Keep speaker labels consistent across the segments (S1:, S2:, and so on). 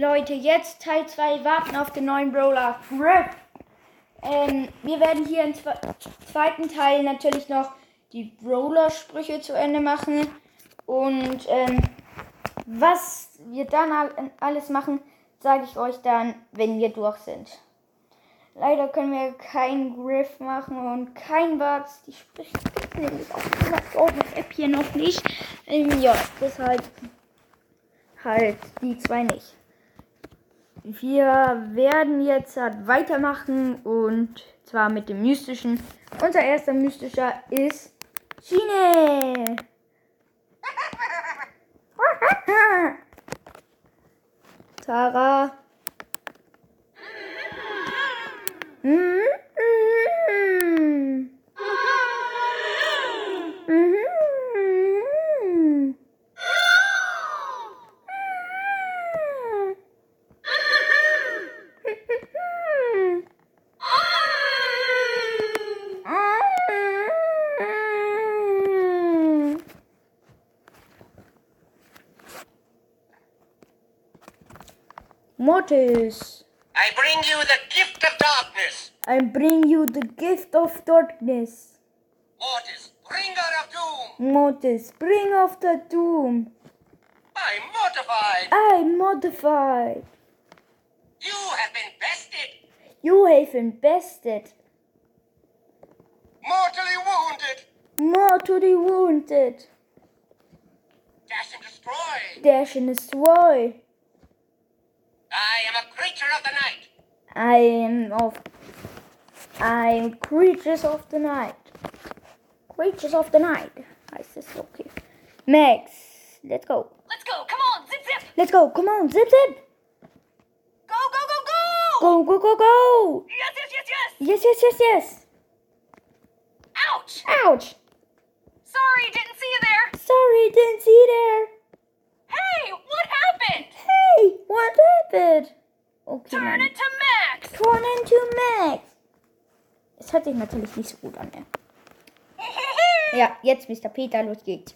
S1: Leute, jetzt Teil 2, warten auf den neuen Brawler. Rip. Ähm, wir werden hier im zwe zweiten Teil natürlich noch die Brawler-Sprüche zu Ende machen. Und ähm, was wir dann al- alles machen, sage ich euch dann, wenn wir durch sind. Leider können wir keinen Griff machen und kein Barts. Die Sprüche gibt's nämlich auf der App hier noch nicht. Ähm, ja, deshalb halt die zwei nicht. Wir werden jetzt halt weitermachen und zwar mit dem mystischen. Unser erster mystischer ist Chine. Tara. Mhm. Mhm. Mhm. Mortis,
S2: I bring you the gift of darkness.
S1: I bring you the gift of darkness.
S2: Mortis, bringer of doom.
S1: Mortis, bring of the doom.
S2: I mortified.
S1: I modify.
S2: You have been bested,
S1: You have invested.
S2: mortally wounded.
S1: More to the wounded.
S2: Dash and destroy.
S1: Dash and destroy.
S2: I am a creature of the night.
S1: I am of. I am creatures of the night. Creatures of the night. Heißt es okay. Max, let's go.
S3: Let's go. Come on. Zip, zip.
S1: Let's go. Come on, zip zip.
S3: Go, go, go, go.
S1: Go go go go.
S3: Yes, yes, yes, yes.
S1: Yes yes yes yes.
S3: Ouch.
S1: Ouch.
S3: Sorry, didn't see you there.
S1: Sorry, didn't see there.
S3: Hey, what happened?
S1: Hey, what happened? Okay.
S3: Turn
S1: Mann.
S3: it to Max.
S1: Turn into Max. Es hört sich natürlich nicht so gut an. Ne? Ja, jetzt Mr. Peter, los geht's.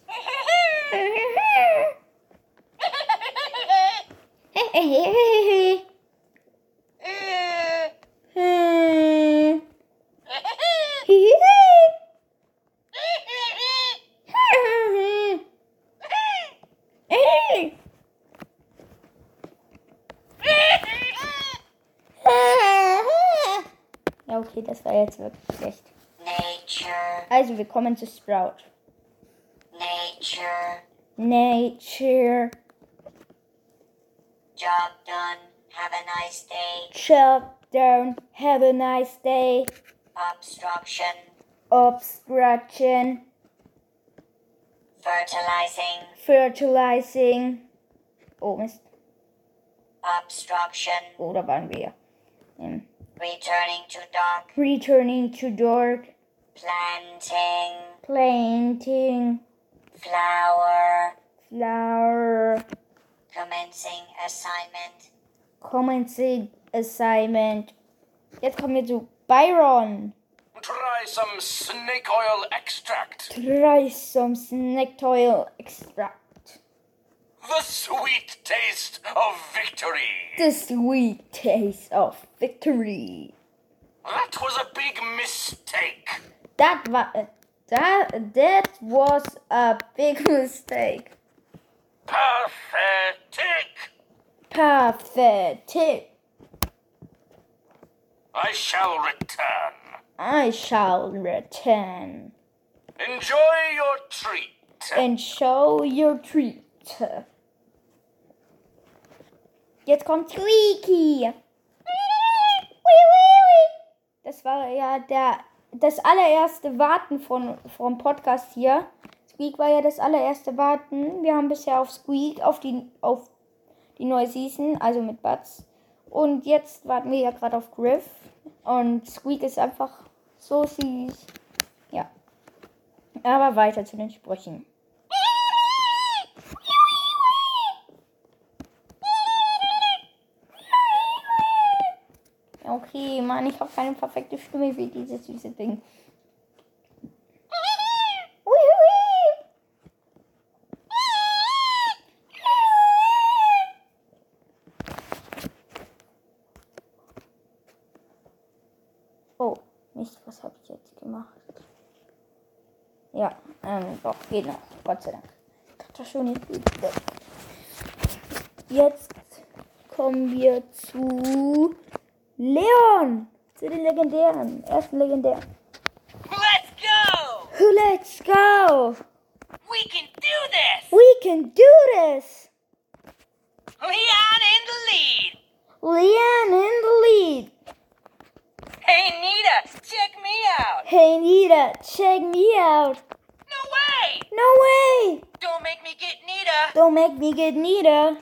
S1: Ja, okay, das war jetzt wirklich schlecht.
S2: Nature,
S1: Also, wir kommen zu Sprout.
S2: nature,
S1: Nature,
S2: job done. Have a nice day.
S1: chop down, have a nice day,
S2: Obstruction,
S1: obstruction,
S2: fertilizing,
S1: fertilizing. Oh, Mist.
S2: obstruction,
S1: Oh, da waren wir ja. Ähm,
S2: returning to dark,
S1: returning to dark,
S2: planting,
S1: planting,
S2: flower,
S1: flower,
S2: commencing assignment,
S1: commencing, assignment. Jetzt kommen wir zu Byron.
S4: Try some snake oil extract.
S1: Try some snack oil extract.
S4: The sweet taste of victory.
S1: The sweet taste of victory.
S4: That was a big mistake.
S1: That was that that was a big mistake.
S4: Pathetic.
S1: Pathetic.
S4: I shall return.
S1: I shall return
S4: Enjoy your treat.
S1: and show your treat. Jetzt kommt Squeaky. Das war ja der das allererste Warten von vom Podcast hier. Squeak war ja das allererste Warten. Wir haben bisher auf Squeak auf die auf die neue Season, also mit Buds. Und jetzt warten wir ja gerade auf Griff. Und Squeak ist einfach so süß. Ja. Aber weiter zu den Sprüchen. Okay, Mann, ich habe keine perfekte Stimme für dieses süße Ding. Nicht, Oh, was habe ich jetzt gemacht? Ja, ähm, doch, geht noch. Gott sei Dank. Ich dachte schon, jetzt geht's weg. Jetzt kommen wir zu Leon. Zu den legendären. Ersten legendären.
S3: Let's go!
S1: Let's go!
S3: We can do this!
S1: We can do this!
S3: Leon in the lead!
S1: Leon in the lead.
S3: Hey, Nita, check me out!
S1: Hey Nita, check me out.
S3: No way!
S1: No way!
S3: Don't make me get Nita!
S1: Don't make me get Nita.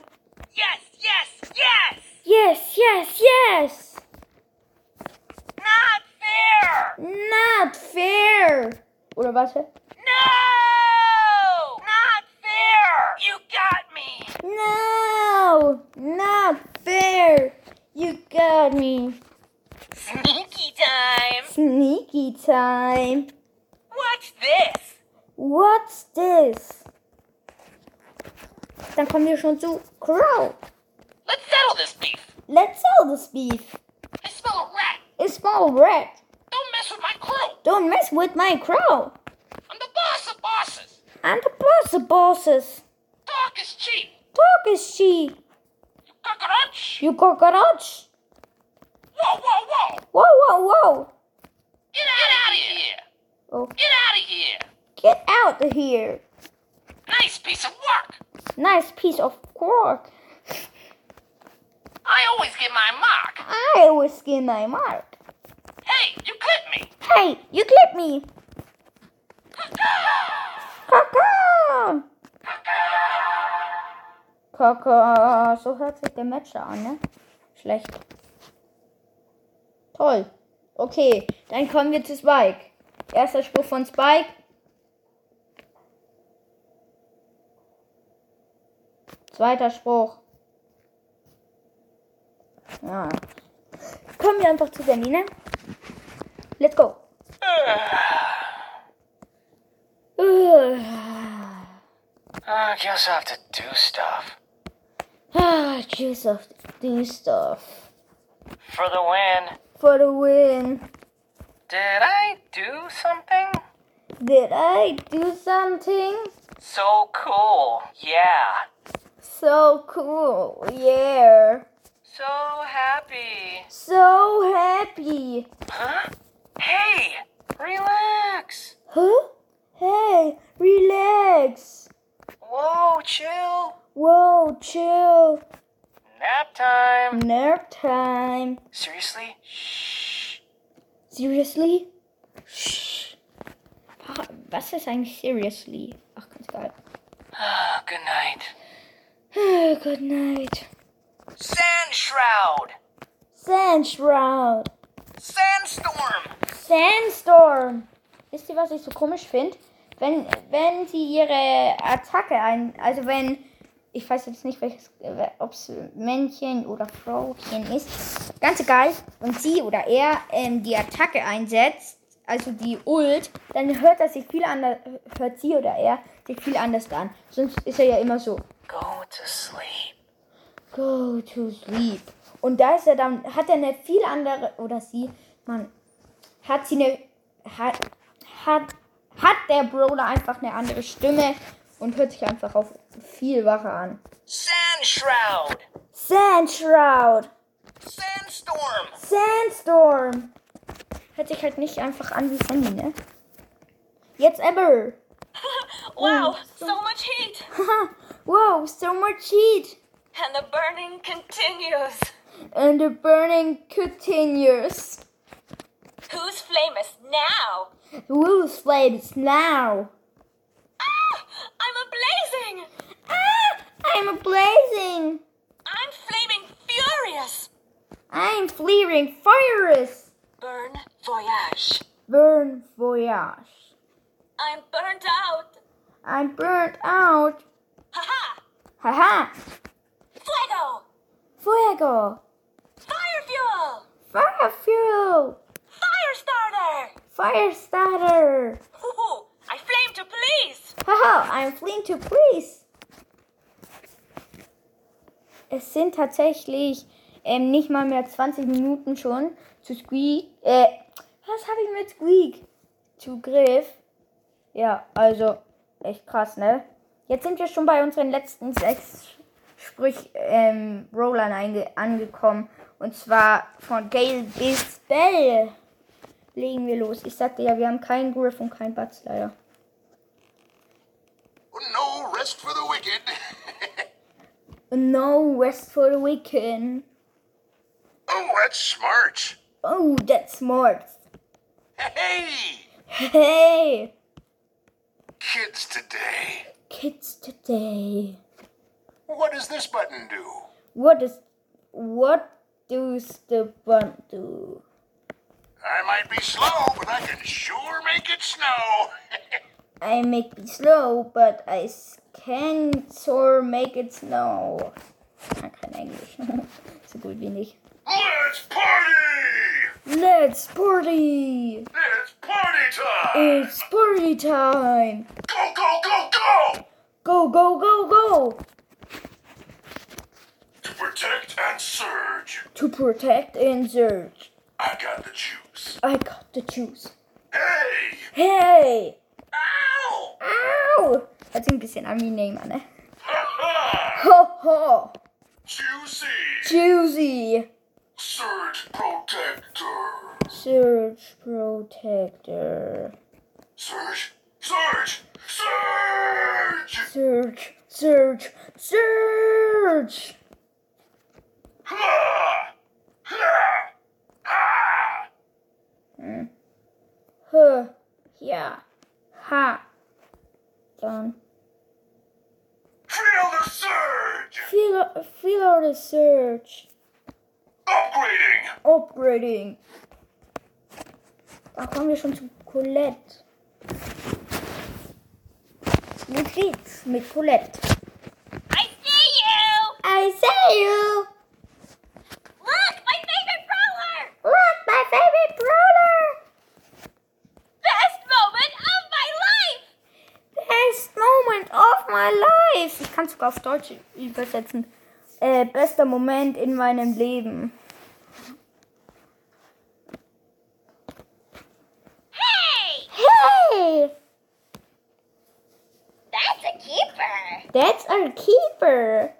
S3: Yes, yes, yes!
S1: Yes, yes, yes!
S3: Not fair!
S1: Not fair! Oder warte.
S3: No! Not fair! You got me!
S1: No! Not fair! You got me.
S3: Sneaky time!
S1: Sneaky time.
S3: What's this?
S1: What's this? Dann kommen wir schon zu Crow.
S2: Let's settle this beef.
S1: Let's sell this beef.
S2: I smell a rat.
S1: It's small rat.
S2: Don't mess with my crew.
S1: Don't mess with my crow.
S2: I'm the boss of bosses.
S1: I'm the boss of bosses.
S2: Talk is cheap.
S1: Talk is cheap.
S2: Cockroach.
S1: You cockroach.
S2: Whoa, whoa, whoa.
S1: Whoa, whoa, whoa.
S2: Get out of here.
S1: Oh,
S2: Get out of here.
S1: get out of here.
S2: Nice piece of work.
S1: Nice piece of cork.
S2: I always get my mark.
S1: I always get my mark.
S2: Hey, you clip me.
S1: Hey, you clip me. Kaka. Kaka. So hört sich der Matcher an, ne? Schlecht. Toll. Okay, dann kommen wir zu Spike. Erster Spruch von Spike. Zweiter Spruch. Ja. Kommen wir einfach zu Selina. Let's go. Ah,
S4: I guess I have to do stuff.
S1: juice of do stuff.
S4: For the win.
S1: For the win.
S4: Did I do something?
S1: Did I do something?
S4: So cool. Yeah.
S1: So cool. Yeah.
S4: So happy.
S1: So happy.
S4: Huh? Hey, relax.
S1: Huh? Hey, relax.
S4: Whoa, chill.
S1: Whoa, chill.
S4: Nap time.
S1: Nap time.
S4: Seriously? Shh.
S1: Seriously? Shh. Ah, Was ist eigentlich seriously? Ach, ganz geil.
S4: Ah, good night.
S1: Ah, Good night.
S4: Sand shroud.
S1: Sand shroud.
S4: Sandstorm.
S1: Sandstorm. Wisst ihr, was ich so komisch finde? Wenn, wenn sie ihre Attacke ein. Also, wenn. Ich weiß jetzt nicht, welches. Ob es Männchen oder Frauchen ist. Ganz egal. Und sie oder er ähm, die Attacke einsetzt. Also die Ult, dann hört er sich viel anders, hört sie oder er sich viel anders an. Sonst ist er ja immer so.
S4: Go to sleep.
S1: Go to sleep. Und da ist er dann, hat er eine viel andere, oder sie, Mann, hat sie eine, hat, hat, hat der Brawler einfach eine andere Stimme und hört sich einfach auf viel wacher an.
S4: Sand shroud.
S1: Sandshroud,
S4: Sandstorm.
S1: Sandstorm. Hört sich halt nicht einfach an wie Sandy, ne? Jetzt Amber.
S3: Wow, so much heat!
S1: Haha, wow, so much heat.
S3: And the burning continues!
S1: And the burning continues.
S3: Who's famous now?
S1: Who's flames now?
S3: Ah! I'm ablazing!
S1: Ah, I'm blazing.
S3: I'm flaming furious!
S1: I'm fleering fires.
S3: Burn voyage!
S1: Burn voyage.
S3: I'm burnt out!
S1: I'm burnt out.
S3: Haha!
S1: Haha.
S3: Fuego!
S1: Fuego.
S3: Fire fuel!
S1: Fire fuel.
S3: Fire starter!
S1: Fire starter.
S3: Woohoo! I flame to please!
S1: Haha, I'm fleeing to please. Es sind tatsächlich ähm, nicht mal mehr 20 Minuten schon zu Squeak. Äh, Was habe ich mit Squeak? Zugriff. Ja, also echt krass, ne? Jetzt sind wir schon bei unseren letzten sechs Sprich ähm, Rollern einge- angekommen. Und zwar von Gale bis Bell. Legen wir los. Ich sagte ja, wir haben keinen Griff und keinen Batz leider.
S4: No rest for the wicked.
S1: No rest for the weekend.
S4: oh, that's smart.
S1: Oh, that's smart.
S4: Hey,
S1: Hey,
S4: kids today.
S1: kids today.
S4: What does this button do?
S1: What is what does the bun do?
S4: I might be slow, but I can sure make it snow.
S1: I make it slow, but I s- can sure make it snow. Ah, kein Englisch. so gut wie nicht.
S4: Let's party!
S1: Let's party!
S4: It's party time!
S1: It's party time!
S4: Go, go, go, go!
S1: Go, go, go, go!
S4: To protect and surge.
S1: To protect and search.
S4: I got the juice.
S1: I got the juice.
S4: Hey!
S1: Hey!
S4: Ow!
S1: Au! Hört sich ein bisschen an wie Neymar, ne?
S4: Ha ha!
S1: Ho, ho!
S4: Juicy!
S1: Juicy!
S4: Surge protector!
S1: Surge Protector.
S4: Surge! Surge! Surge!
S1: Surge, surge, surge!
S4: Ha! Ha! Ha!
S1: H, ja, ha. Dann
S4: Feel the surge!
S1: feel, feel out the surge.
S4: Upgrading!
S1: Upgrading. Da kommen wir schon zu Colette. Wie geht's mit Colette?
S3: I see you!
S1: I see you!
S3: Look, my favorite brawler!
S1: Look, my favorite brawler!
S3: Best moment of my life!
S1: Best Moment of my life. Ich kann sogar auf Deutsch übersetzen. Äh, bester Moment in meinem Leben.
S3: Hey!
S1: Hey,
S3: That's a keeper!
S1: that's our keeper.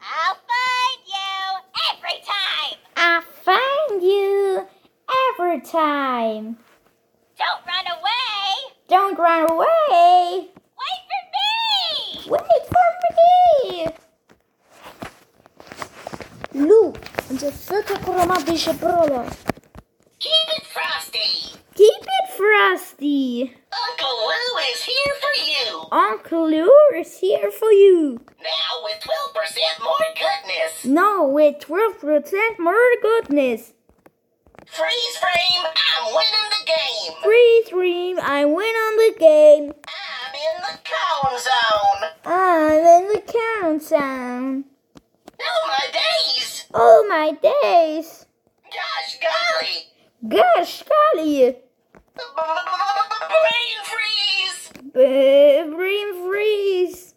S3: I'll find you every time!
S1: I find you every time.
S3: Don't run away!
S1: Don't run away.
S3: Wait for me!
S1: Wait for me. Lou, unser vierter chromatischer Brawler.
S2: Keep it frosty.
S1: Keep it frosty.
S2: Uncle Lou is here for you.
S1: Uncle Lou is here for you.
S2: Now with 12% more goodness.
S1: No, with 12% more goodness.
S2: Freeze frame. I'm winning the game.
S1: Free stream, I win on the game.
S2: I'm in the cone zone.
S1: I'm in the countdown.
S2: Oh my days.
S1: All my days.
S2: Gosh golly.
S1: Gosh, golly.
S2: Brain freeze.
S1: Brain freeze.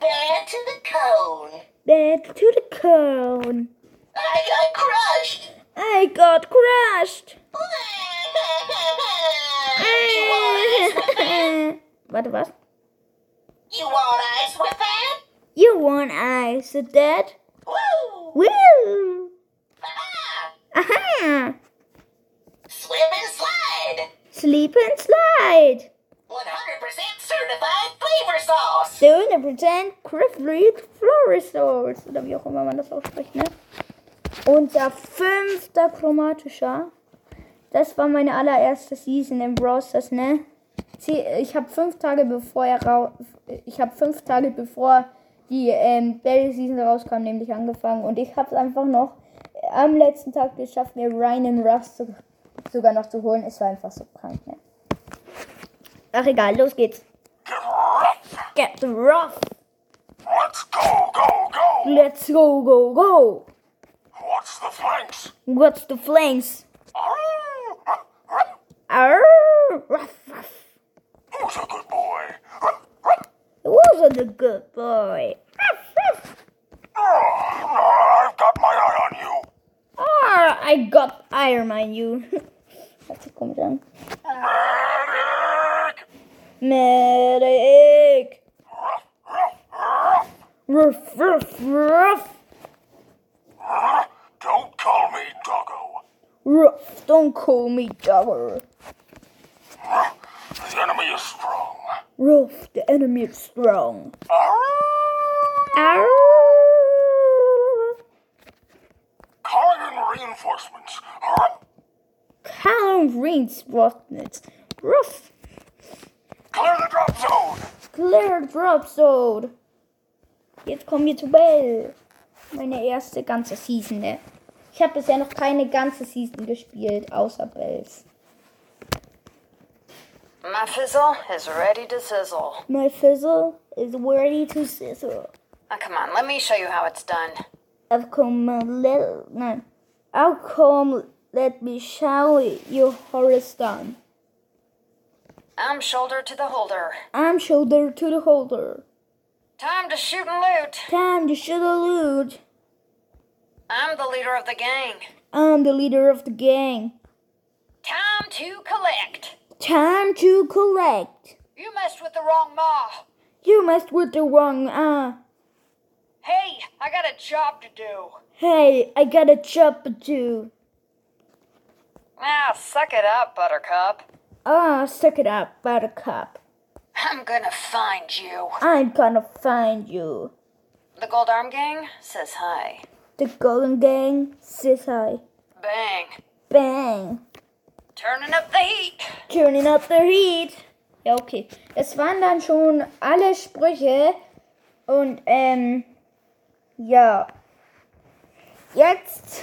S2: Back to the cone.
S1: Back to the cone.
S2: I got crushed.
S1: I got crushed.
S2: You want ice with that?
S1: Warte, was?
S2: You want ice with that?
S1: You won, I said that.
S2: Woo!
S1: Woo!
S2: Ah!
S1: Aha!
S2: Swim and slide!
S1: Sleep and slide.
S2: 100% certified flavor sauce!
S1: zu 100% Griffith Floristors. Oder wie auch immer man das ausspricht, ne? Unser fünfter chromatischer. Das war meine allererste Season im Brawl Stars, ne? Sie- Ich habe fünf Tage bevor er rau ich habe fünf Tage bevor die ähm, Bell Season rauskam, nämlich angefangen und ich habe es einfach noch äh, am letzten Tag geschafft, mir Ryan und Russ zu, sogar noch zu holen. Es war einfach so krank, ne? Ach egal, los geht's.
S4: Get rough!
S1: Get rough.
S4: Let's go, go, go!
S1: Let's go, go, go!
S4: What's the flanks?
S1: What's the flames?
S4: Arroo! Ruff, ruff.
S1: Arr, ruff, ruff.
S4: Who's a good boy? Ruff, ruff.
S1: It wasn't a good boy. Ruff, ruff.
S4: Oh, I've got my eye on you.
S1: Ah, I got, I fire, mind you. Hört sich komisch an.
S4: Medic!
S1: Medic!
S4: Ruff,
S1: Ruff,
S4: ruff, ruff,
S1: ruff, ruff!
S4: ruff. Don't call me Doggo.
S1: Ruff, don't call me Dower.
S4: Ruff. The enemy is strong.
S1: Ruff, the enemy is strong.
S4: Arrgh!
S1: Arr!
S4: Calling in reinforcements. Ruff.
S1: Count reinforcements. Ruff,
S4: Clear the drop zone.
S1: clear drop zone. Jetzt kommen wir zu Bell. Meine erste ganze Season, ne? Ich habe bisher noch keine ganze Season gespielt, außer Bells.
S5: My fizzle is ready to sizzle.
S1: My fizzle is ready to sizzle.
S5: Now, Ah, come on, let me show you how it's done.
S1: I've come a little. No. I'll come. Let me show you how it's done.
S5: I'm shoulder to the holder.
S1: I'm shoulder to the holder.
S5: Time to shoot and loot.
S1: Time to shoot a loot.
S5: I'm the leader of the gang.
S1: I'm the leader of the gang.
S5: Time to collect.
S1: Time to collect.
S5: You messed with the wrong ma.
S1: You messed with the wrong ah.
S5: Hey, I got a job to do.
S1: Hey, I got a job to do.
S5: Ah, suck it up, Buttercup.
S1: Ah, suck it up, buttercup.
S5: I'm gonna find you.
S1: I'm gonna find you.
S5: The Gold Arm Gang says hi.
S1: The golden gang says hi.
S5: Bang.
S1: Bang.
S5: Turning up the heat.
S1: Turning up the heat. Ja, okay. Das waren dann schon alle Sprüche. Und, ähm, ja. Jetzt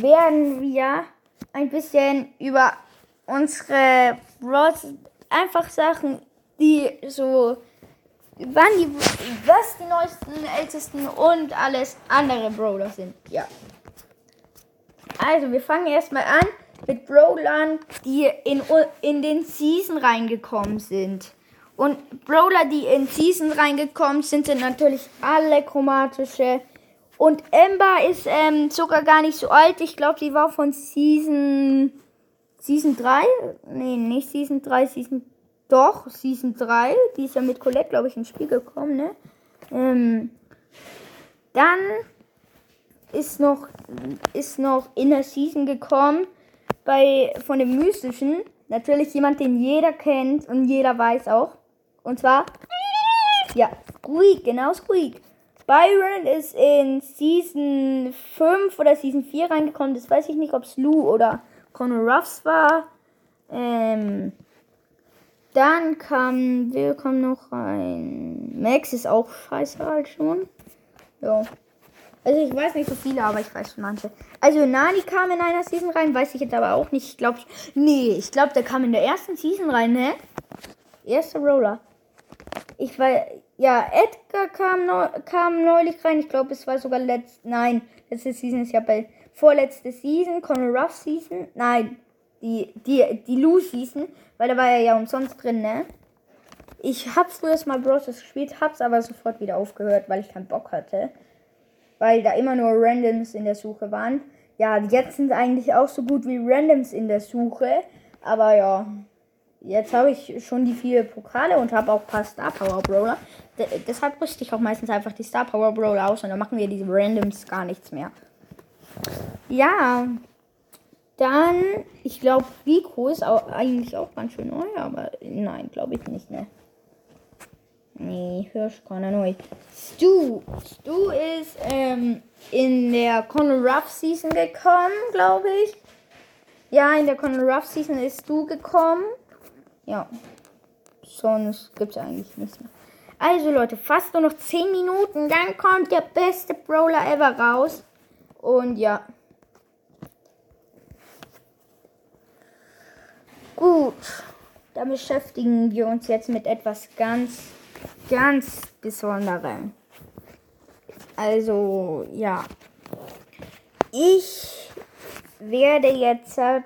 S1: werden wir ein bisschen über unsere Bros einfach Sachen, die so, wann die, was die neuesten, ältesten und alles andere Brawler sind. Ja. Also, wir fangen erstmal an mit Brawlern, die in, u- in den Season reingekommen sind. Und Brawler, die in Season reingekommen sind, sind natürlich alle chromatische. Und Ember ist ähm, sogar gar nicht so alt. Ich glaube, sie war von Season. Season 3? Nee, nicht Season 3, Season. Doch, Season 3. Die ist ja mit Colette, glaube ich, ins Spiel gekommen, ne? Ähm, dann ist noch, ist noch in der Season gekommen bei, von dem Mystischen. Natürlich jemand, den jeder kennt und jeder weiß auch. Und zwar. Ja, Squeak, genau Squeak. Byron ist in Season 5 oder Season 4 reingekommen. Das weiß ich nicht, ob es Lou oder Conor Ruffs war. Ähm, dann kam, wir kommen noch rein. Max ist auch scheiße alt schon. Ja. Also ich weiß nicht so viele, aber ich weiß schon manche. Also Nani kam in einer Season rein, weiß ich jetzt aber auch nicht. Ich glaube, nee, ich glaube, der kam in der ersten Season rein, ne? Erster Roller. Ich weiß, ja, Edgar kam, neu, kam neulich rein. Ich glaube, es war sogar letzt, nein, letzte Season ist ja bei vorletzte Season, Conor Ruff Season, nein, die, die, die Lou Season, weil da war er ja umsonst drin, ne? Ich hab früher mal Bros. gespielt, hab's aber sofort wieder aufgehört, weil ich keinen Bock hatte weil da immer nur Randoms in der Suche waren. Ja, jetzt sind eigentlich auch so gut wie Randoms in der Suche. Aber ja, jetzt habe ich schon die vier Pokale und habe auch ein paar Star Power Brawler. D deshalb rüste ich auch meistens einfach die Star Power Brawler aus und dann machen wir diese Randoms gar nichts mehr. Ja, dann, ich glaube, Rico ist auch eigentlich auch ganz schön neu, aber nein, glaube ich nicht, ne? Nee, Hirsch, keine neu. Stu. Stu ist ähm, in der Conor Ruff Season gekommen, glaube ich. Ja, in der Conor Ruff Season ist Stu gekommen. Ja. Sonst gibt es eigentlich nichts mehr. Also Leute, fast nur noch 10 Minuten, dann kommt der beste Brawler ever raus. Und ja. Gut, dann beschäftigen wir uns jetzt mit etwas ganz, ganz Besonderem. Also, ja. Ich werde jetzt halt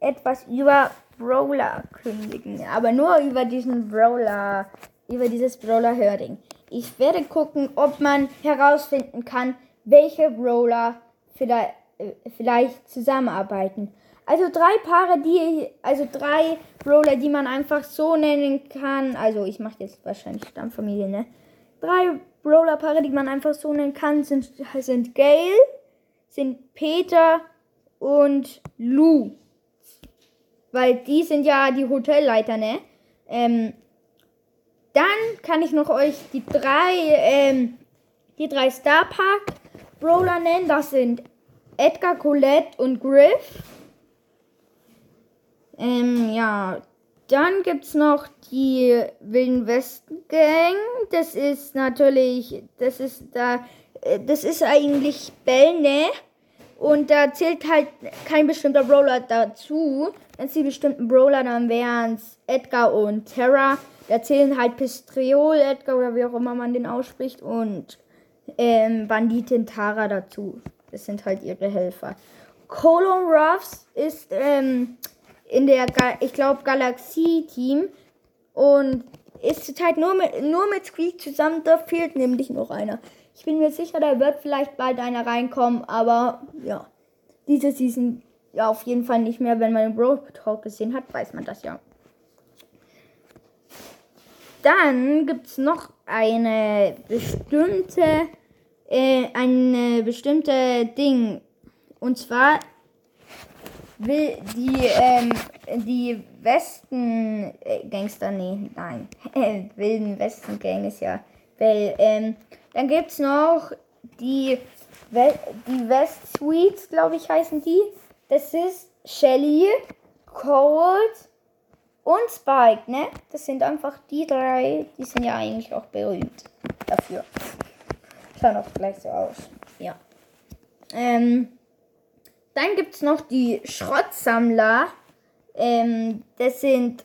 S1: etwas über Brawler kündigen, aber nur über diesen Brawler, über dieses Brawler Herding. Ich werde gucken, ob man herausfinden kann, welche Brawler vielleicht, äh, vielleicht zusammenarbeiten. Also drei Paare, die, also drei Roller, die man einfach so nennen kann. Also ich mache jetzt wahrscheinlich Stammfamilie, ne? Drei Rollerpaare, die man einfach so nennen kann, sind, sind Gail, sind Peter und Lou. Weil die sind ja die Hotelleiter, ne? Ähm, dann kann ich noch euch die drei, ähm, die drei Star Park Brawler nennen. Das sind Edgar, Colette und Griff. Ähm, ja. Dann gibt es noch die Wilden Westen Gang. Das ist natürlich, das ist da, äh, das ist eigentlich Bell, ne? Und da zählt halt kein bestimmter Brawler dazu. Wenn es die bestimmten Brawler, dann wären es Edgar und Terra. Da zählen halt Pistriol, Edgar oder wie auch immer man den ausspricht. Und ähm, Banditin Tara dazu. Das sind halt ihre Helfer. Colon Ruffs ist ähm, in der, Ga ich glaube, Galaxie-Team. Und ist halt nur mit, nur mit Squeak zusammen. Da fehlt nämlich noch einer. Ich bin mir sicher, da wird vielleicht bald einer reinkommen. Aber ja, diese Season ja auf jeden Fall nicht mehr. Wenn man den Bro Talk gesehen hat, weiß man das ja. Dann gibt es noch eine bestimmte, äh, eine bestimmte Ding. Und zwar will die, ähm, die Westen äh, Gangster, nee, nein, äh, wilden Westen Gang ist ja Bell. Ähm, dann gibt's noch die, We die West Sweets, glaube ich, heißen die. Das ist Shelly, Cold und Spike, ne? Das sind einfach die drei, die sind ja eigentlich auch berühmt dafür. Schauen auch gleich so aus. Ja. Ähm, dann gibt es noch die Schrottsammler. Ähm, das sind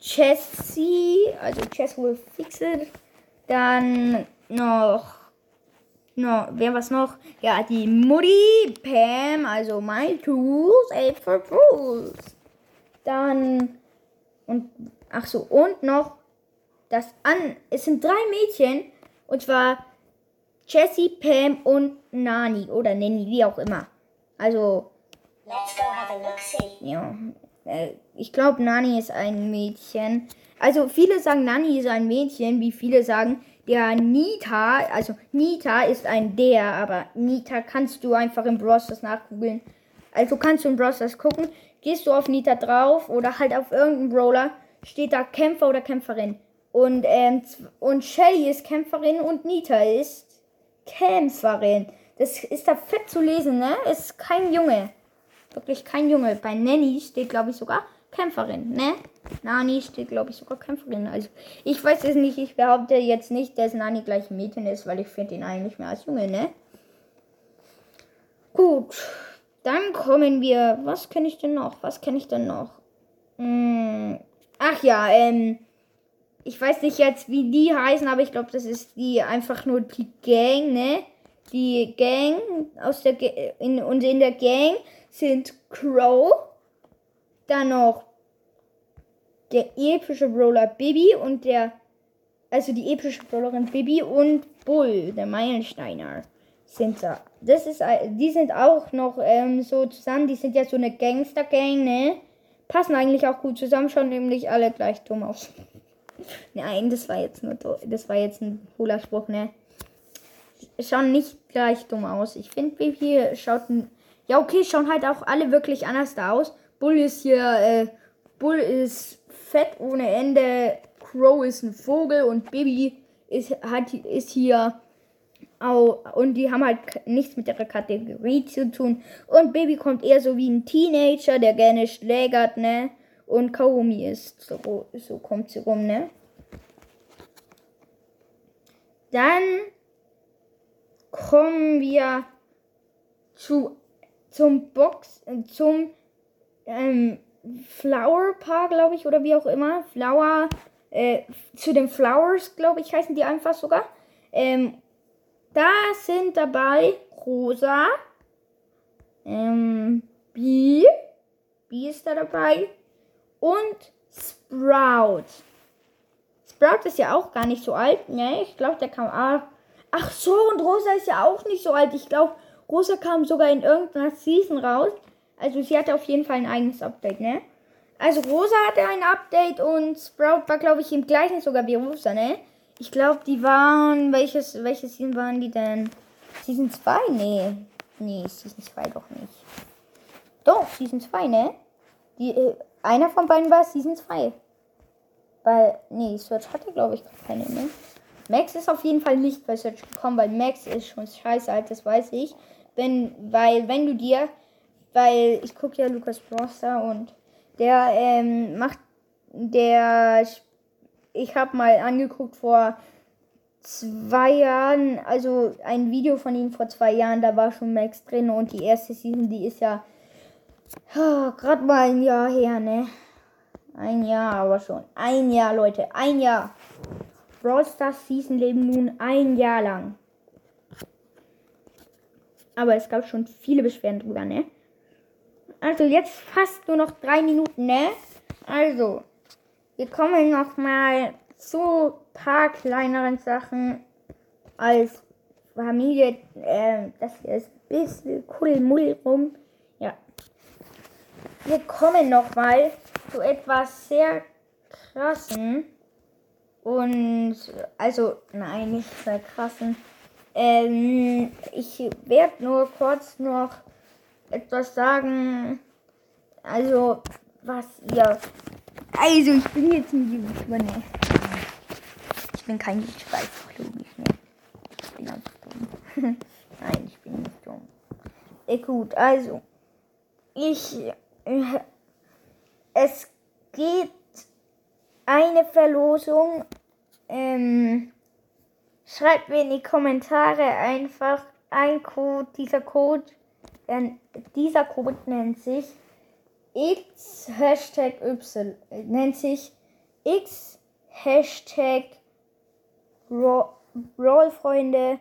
S1: Chessie, also Chess will fix it. Dann noch. No, wer was noch? Ja, die Mutti, Pam, also My Tools, Aid for Fools. Dann. Und. Ach so, und noch. Das an. Es sind drei Mädchen. Und zwar Jessie, Pam und Nani. Oder Nanny, wie auch immer. Also,
S3: Let's go have a look see.
S1: ja. Äh, Ich glaube, Nani ist ein Mädchen. Also, viele sagen, Nani ist ein Mädchen, wie viele sagen, der Nita, also Nita ist ein der, aber Nita kannst du einfach im Browser nachgoogeln. Also kannst du im Browser gucken, gehst du auf Nita drauf oder halt auf irgendeinen Brawler, steht da Kämpfer oder Kämpferin. Und, ähm, z- und Shelly ist Kämpferin und Nita ist Kämpferin. Das ist da fett zu lesen, ne? Ist kein Junge wirklich kein Junge. Bei Nanny steht, glaube ich, sogar Kämpferin, ne? Nani steht, glaube ich, sogar Kämpferin. Also, ich weiß es nicht. Ich behaupte jetzt nicht, dass Nani gleich ein Mädchen ist, weil ich finde ihn eigentlich mehr als Junge, ne? Gut. Dann kommen wir. Was kenne ich denn noch? Was kenne ich denn noch? Hm, ach ja, ähm. Ich weiß nicht jetzt, wie die heißen, aber ich glaube, das ist die einfach nur die Gang, ne? Die Gang aus der Ge- in, und in der Gang sind Crow, dann noch der epische Brawler Bibi und der also die epische Brawlerin Bibi und Bull, der Meilensteiner, sind da. Das ist, ei- die sind auch noch ähm, so zusammen. Die sind ja so eine Gangster-Gang, ne? Passen eigentlich auch gut zusammen, schauen nämlich alle gleich dumm aus. Nein, das war jetzt nur, do- das war jetzt ein cooler Spruch, ne? Schauen nicht gleich dumm aus. Ich finde, Bibi schaut, n- ja okay, schauen halt auch alle wirklich anders da aus. Bull ist hier, äh, Bull ist fett ohne Ende. Crow ist ein Vogel und Bibi ist, hat, ist hier au, und die haben halt k- nichts mit ihrer Kategorie zu tun. Und Baby kommt eher so wie ein Teenager, der gerne schlägert, ne? Und Kaugummi ist, so, so kommt sie rum, ne? Dann kommen wir zu, zum Box, äh, zum ähm, Flower Paar, glaube ich, oder wie auch immer. Flower, äh, zu den Flowers, glaube ich, heißen die einfach sogar. Ähm, da sind dabei Rosa, ähm, Bee, Bee ist da dabei und Sprout. Sprout ist ja auch gar nicht so alt, ne? Ich glaube, der kam. Ah, ach so, und Rosa ist ja auch nicht so alt. Ich glaube, Rosa kam sogar in irgendeiner Season raus. Also sie hatte auf jeden Fall ein eigenes Update, ne? Also Rosa hatte ein Update und Sprout war, glaube ich, im gleichen sogar wie Rosa, ne? Ich glaube, die waren, welches, welches Season waren die denn? Season 2? Nee. Nee, Season 2 doch nicht. Doch, Season 2, ne? Die, äh, einer von beiden war Season 2. Weil, nee, Search hatte, glaube ich, gar keine, ne? Max ist auf jeden Fall nicht bei Search gekommen, weil Max ist schon scheiße alt, das weiß ich. Wenn, weil, wenn du dir, weil ich gucke ja Lukas Broster und der ähm, macht, der, ich habe mal angeguckt vor zwei Jahren, also ein Video von ihm vor zwei Jahren, da war schon Max drin und die erste Season, die ist ja ah, gerade mal ein Jahr her, ne? Ein Jahr aber schon. Ein Jahr, Leute, ein Jahr. Brawl Stars Season leben nun ein Jahr lang. Aber es gab schon viele Beschwerden drüber, ne? Also jetzt fast nur noch drei Minuten, ne? Also, wir kommen noch mal zu ein paar kleineren Sachen als Familie. ähm, das hier ist ein bisschen Kuddelmuddel rum. Ja. Wir kommen noch mal zu etwas sehr krassen. Und also, nein, nicht sehr krassen. Ähm, ich werde nur kurz noch etwas sagen. Also, was ihr. Also, ich bin jetzt ein YouTuber, ne? Ich bin kein YouTuber, ist doch logisch, ne? Ich bin einfach dumm. nein, ich bin nicht dumm. Äh, gut, also. Ich. Äh, es geht eine Verlosung. Ähm, schreibt mir in die Kommentare einfach ein Code. Dieser Code, ähm, dieser Code nennt sich X Hashtag Y. äh, Nennt sich X Hashtag Bra- Brawl-Freunde.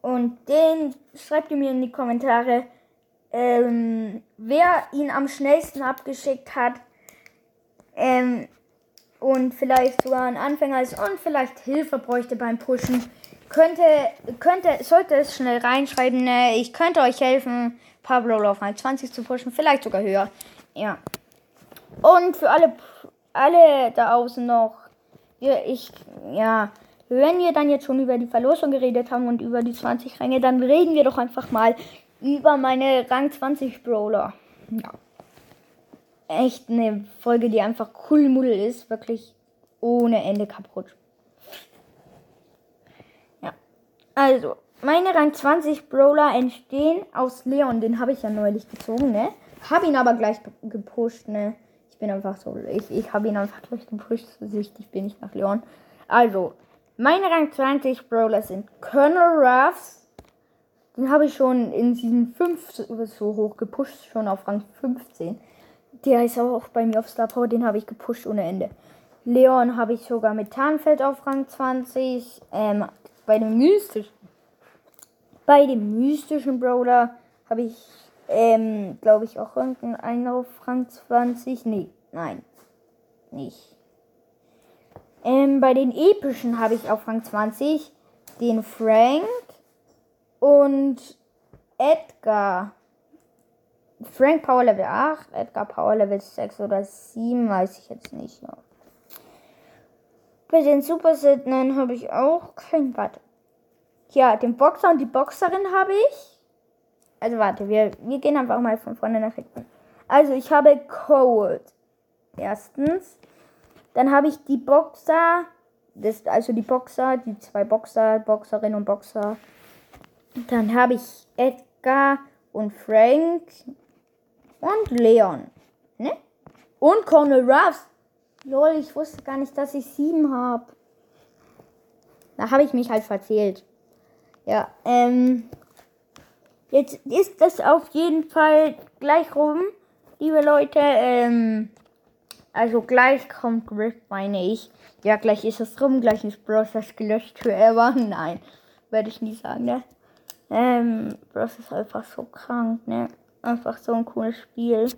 S1: Und den schreibt ihr mir in die Kommentare. Ähm, wer ihn am schnellsten abgeschickt hat, ähm, und vielleicht sogar ein Anfänger ist und vielleicht Hilfe bräuchte beim Pushen, könnte, könnte, sollte es schnell reinschreiben, ne? ich könnte euch helfen, Pablo auf 20 zu pushen, vielleicht sogar höher. Ja. Und für alle, alle da außen noch, ja, ich, ja, wenn wir dann jetzt schon über die Verlosung geredet haben und über die 20 Ränge, dann reden wir doch einfach mal über meine Rang 20 Brawler. Ja echt eine Folge, die einfach Kuddelmuddel ist. Wirklich ohne Ende kaputt. Ja. Also, meine Rang 20 Brawler entstehen aus Leon. Den habe ich ja neulich gezogen, ne? Habe ihn aber gleich ge- gepusht, ne? Ich bin einfach so. Ich, ich habe ihn einfach gleich gepusht. So süchtig bin ich nach Leon. Also, meine Rang 20 Brawler sind Colonel Ruffs. Den habe ich schon in Season 5 so- so hoch gepusht, schon auf Rang 15. Der ist aber auch bei mir auf Star Power, den habe ich gepusht ohne Ende. Leon habe ich sogar mit Tarnfeld auf Rang 20. Ähm, bei dem mystischen, bei dem mystischen Brawler habe ich, ähm, glaube ich, auch irgendeinen auf Rang 20. Nee, nein, nicht. Ähm, bei den epischen habe ich auf Rang 20 den Frank und Edgar. Frank Power Level 8, Edgar Power Level 6 oder 7, weiß ich jetzt nicht. Ja. Bei den Super Sydney habe ich auch kein Warte. Ja, den Boxer und die Boxerin habe ich. Also warte, wir, wir gehen einfach mal von vorne nach hinten. Also ich habe Cold. Erstens. Dann habe ich die Boxer. Das, also die Boxer, die zwei Boxer, Boxerin und Boxer. Dann habe ich Edgar und Frank und Leon. Ne? Und Colonel Ruffs. Lol, ich wusste gar nicht, dass ich sieben habe. Da habe ich mich halt verzählt. Ja, ähm. Jetzt ist das auf jeden Fall gleich rum, liebe Leute. Ähm. Also gleich kommt Griff, meine ich. Ja, gleich ist es rum, gleich ist Browsers gelöscht für ever. Nein, werde ich nie sagen, ne? Ähm, das ist einfach so krank, ne? Einfach so ein cooles Spiel.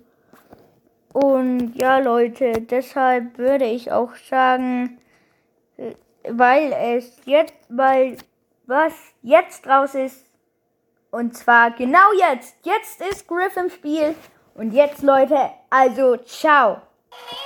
S1: Und ja, Leute, deshalb würde ich auch sagen, äh, weil es jetzt, weil was jetzt raus ist, Und zwar genau jetzt. Jetzt ist Griff im Spiel. Und jetzt, Leute, also ciao.
S3: Bye.